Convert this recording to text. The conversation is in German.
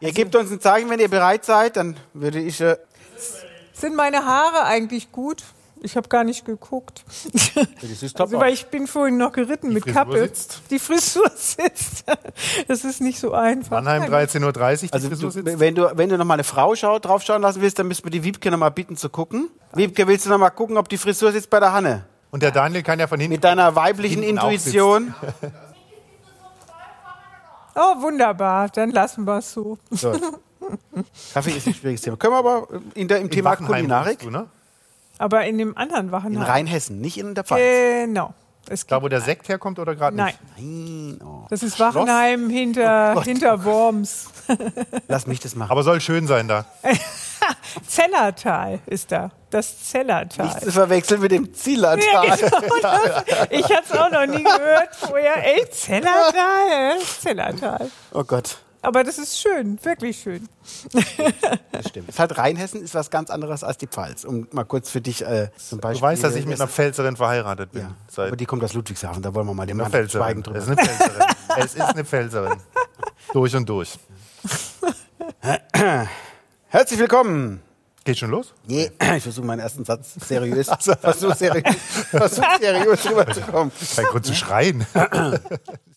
Ihr gebt uns ein Zeichen, wenn ihr bereit seid, dann würde ich. Äh, Sind meine Haare eigentlich gut? Ich habe gar nicht geguckt. das ist Also, weil ich bin vorhin noch geritten mit Frisur Kappe. sitzt. Die Frisur sitzt. Das ist nicht so einfach. Mannheim 13.30 Uhr, die also Frisur du, sitzt. wenn du, wenn du nochmal eine Frau schau, drauf schauen lassen willst, dann müssen wir die Wiebke nochmal bitten zu gucken. Wiebke, willst du nochmal gucken, ob die Frisur sitzt bei der Hanne? Und der Daniel kann ja von hinten. Mit deiner weiblichen Hinten auch Intuition. Oh, wunderbar. Dann lassen wir es so. Kaffee ist ein schwieriges Thema. Können wir aber in der, im in Thema Waffenheim Kulinarik bist du, ne? Aber in dem anderen in Wachenheim. Rheinhessen, nicht in der Pfalz. Genau. Es gibt, Da, wo der Sekt herkommt oder gerade nein, nicht? Nein, oh. das ist Wachenheim hinter, hinter Worms. Lass mich das machen. Aber soll schön sein da. Zellertal ist da. Das Nicht zu Zellertal. verwechseln mit dem Ja, Zielantal. genau das. Ich hatte es auch noch nie gehört vorher. Echt? Zellertal? äh, Zellertal. Oh Gott. Aber das ist schön, wirklich schön. Das stimmt. Es hat Rheinhessen ist was ganz anderes als die Pfalz. Um mal kurz für dich äh, zum Beispiel. Du weißt, dass ich mit einer Pfälzerin verheiratet bin. ja. Seit Aber die kommt aus Ludwigshafen, da wollen wir mal dem eine Mann schweigen Pfälzerin. Es drüber. ist eine Pfälzerin. es ist eine Pfälzerin. Durch und durch. Herzlich willkommen. Geht schon los? Je ich versuche meinen ersten Satz seriös. Versuch seriös, versuch seriös rüberzukommen. Kein Grund zu schreien.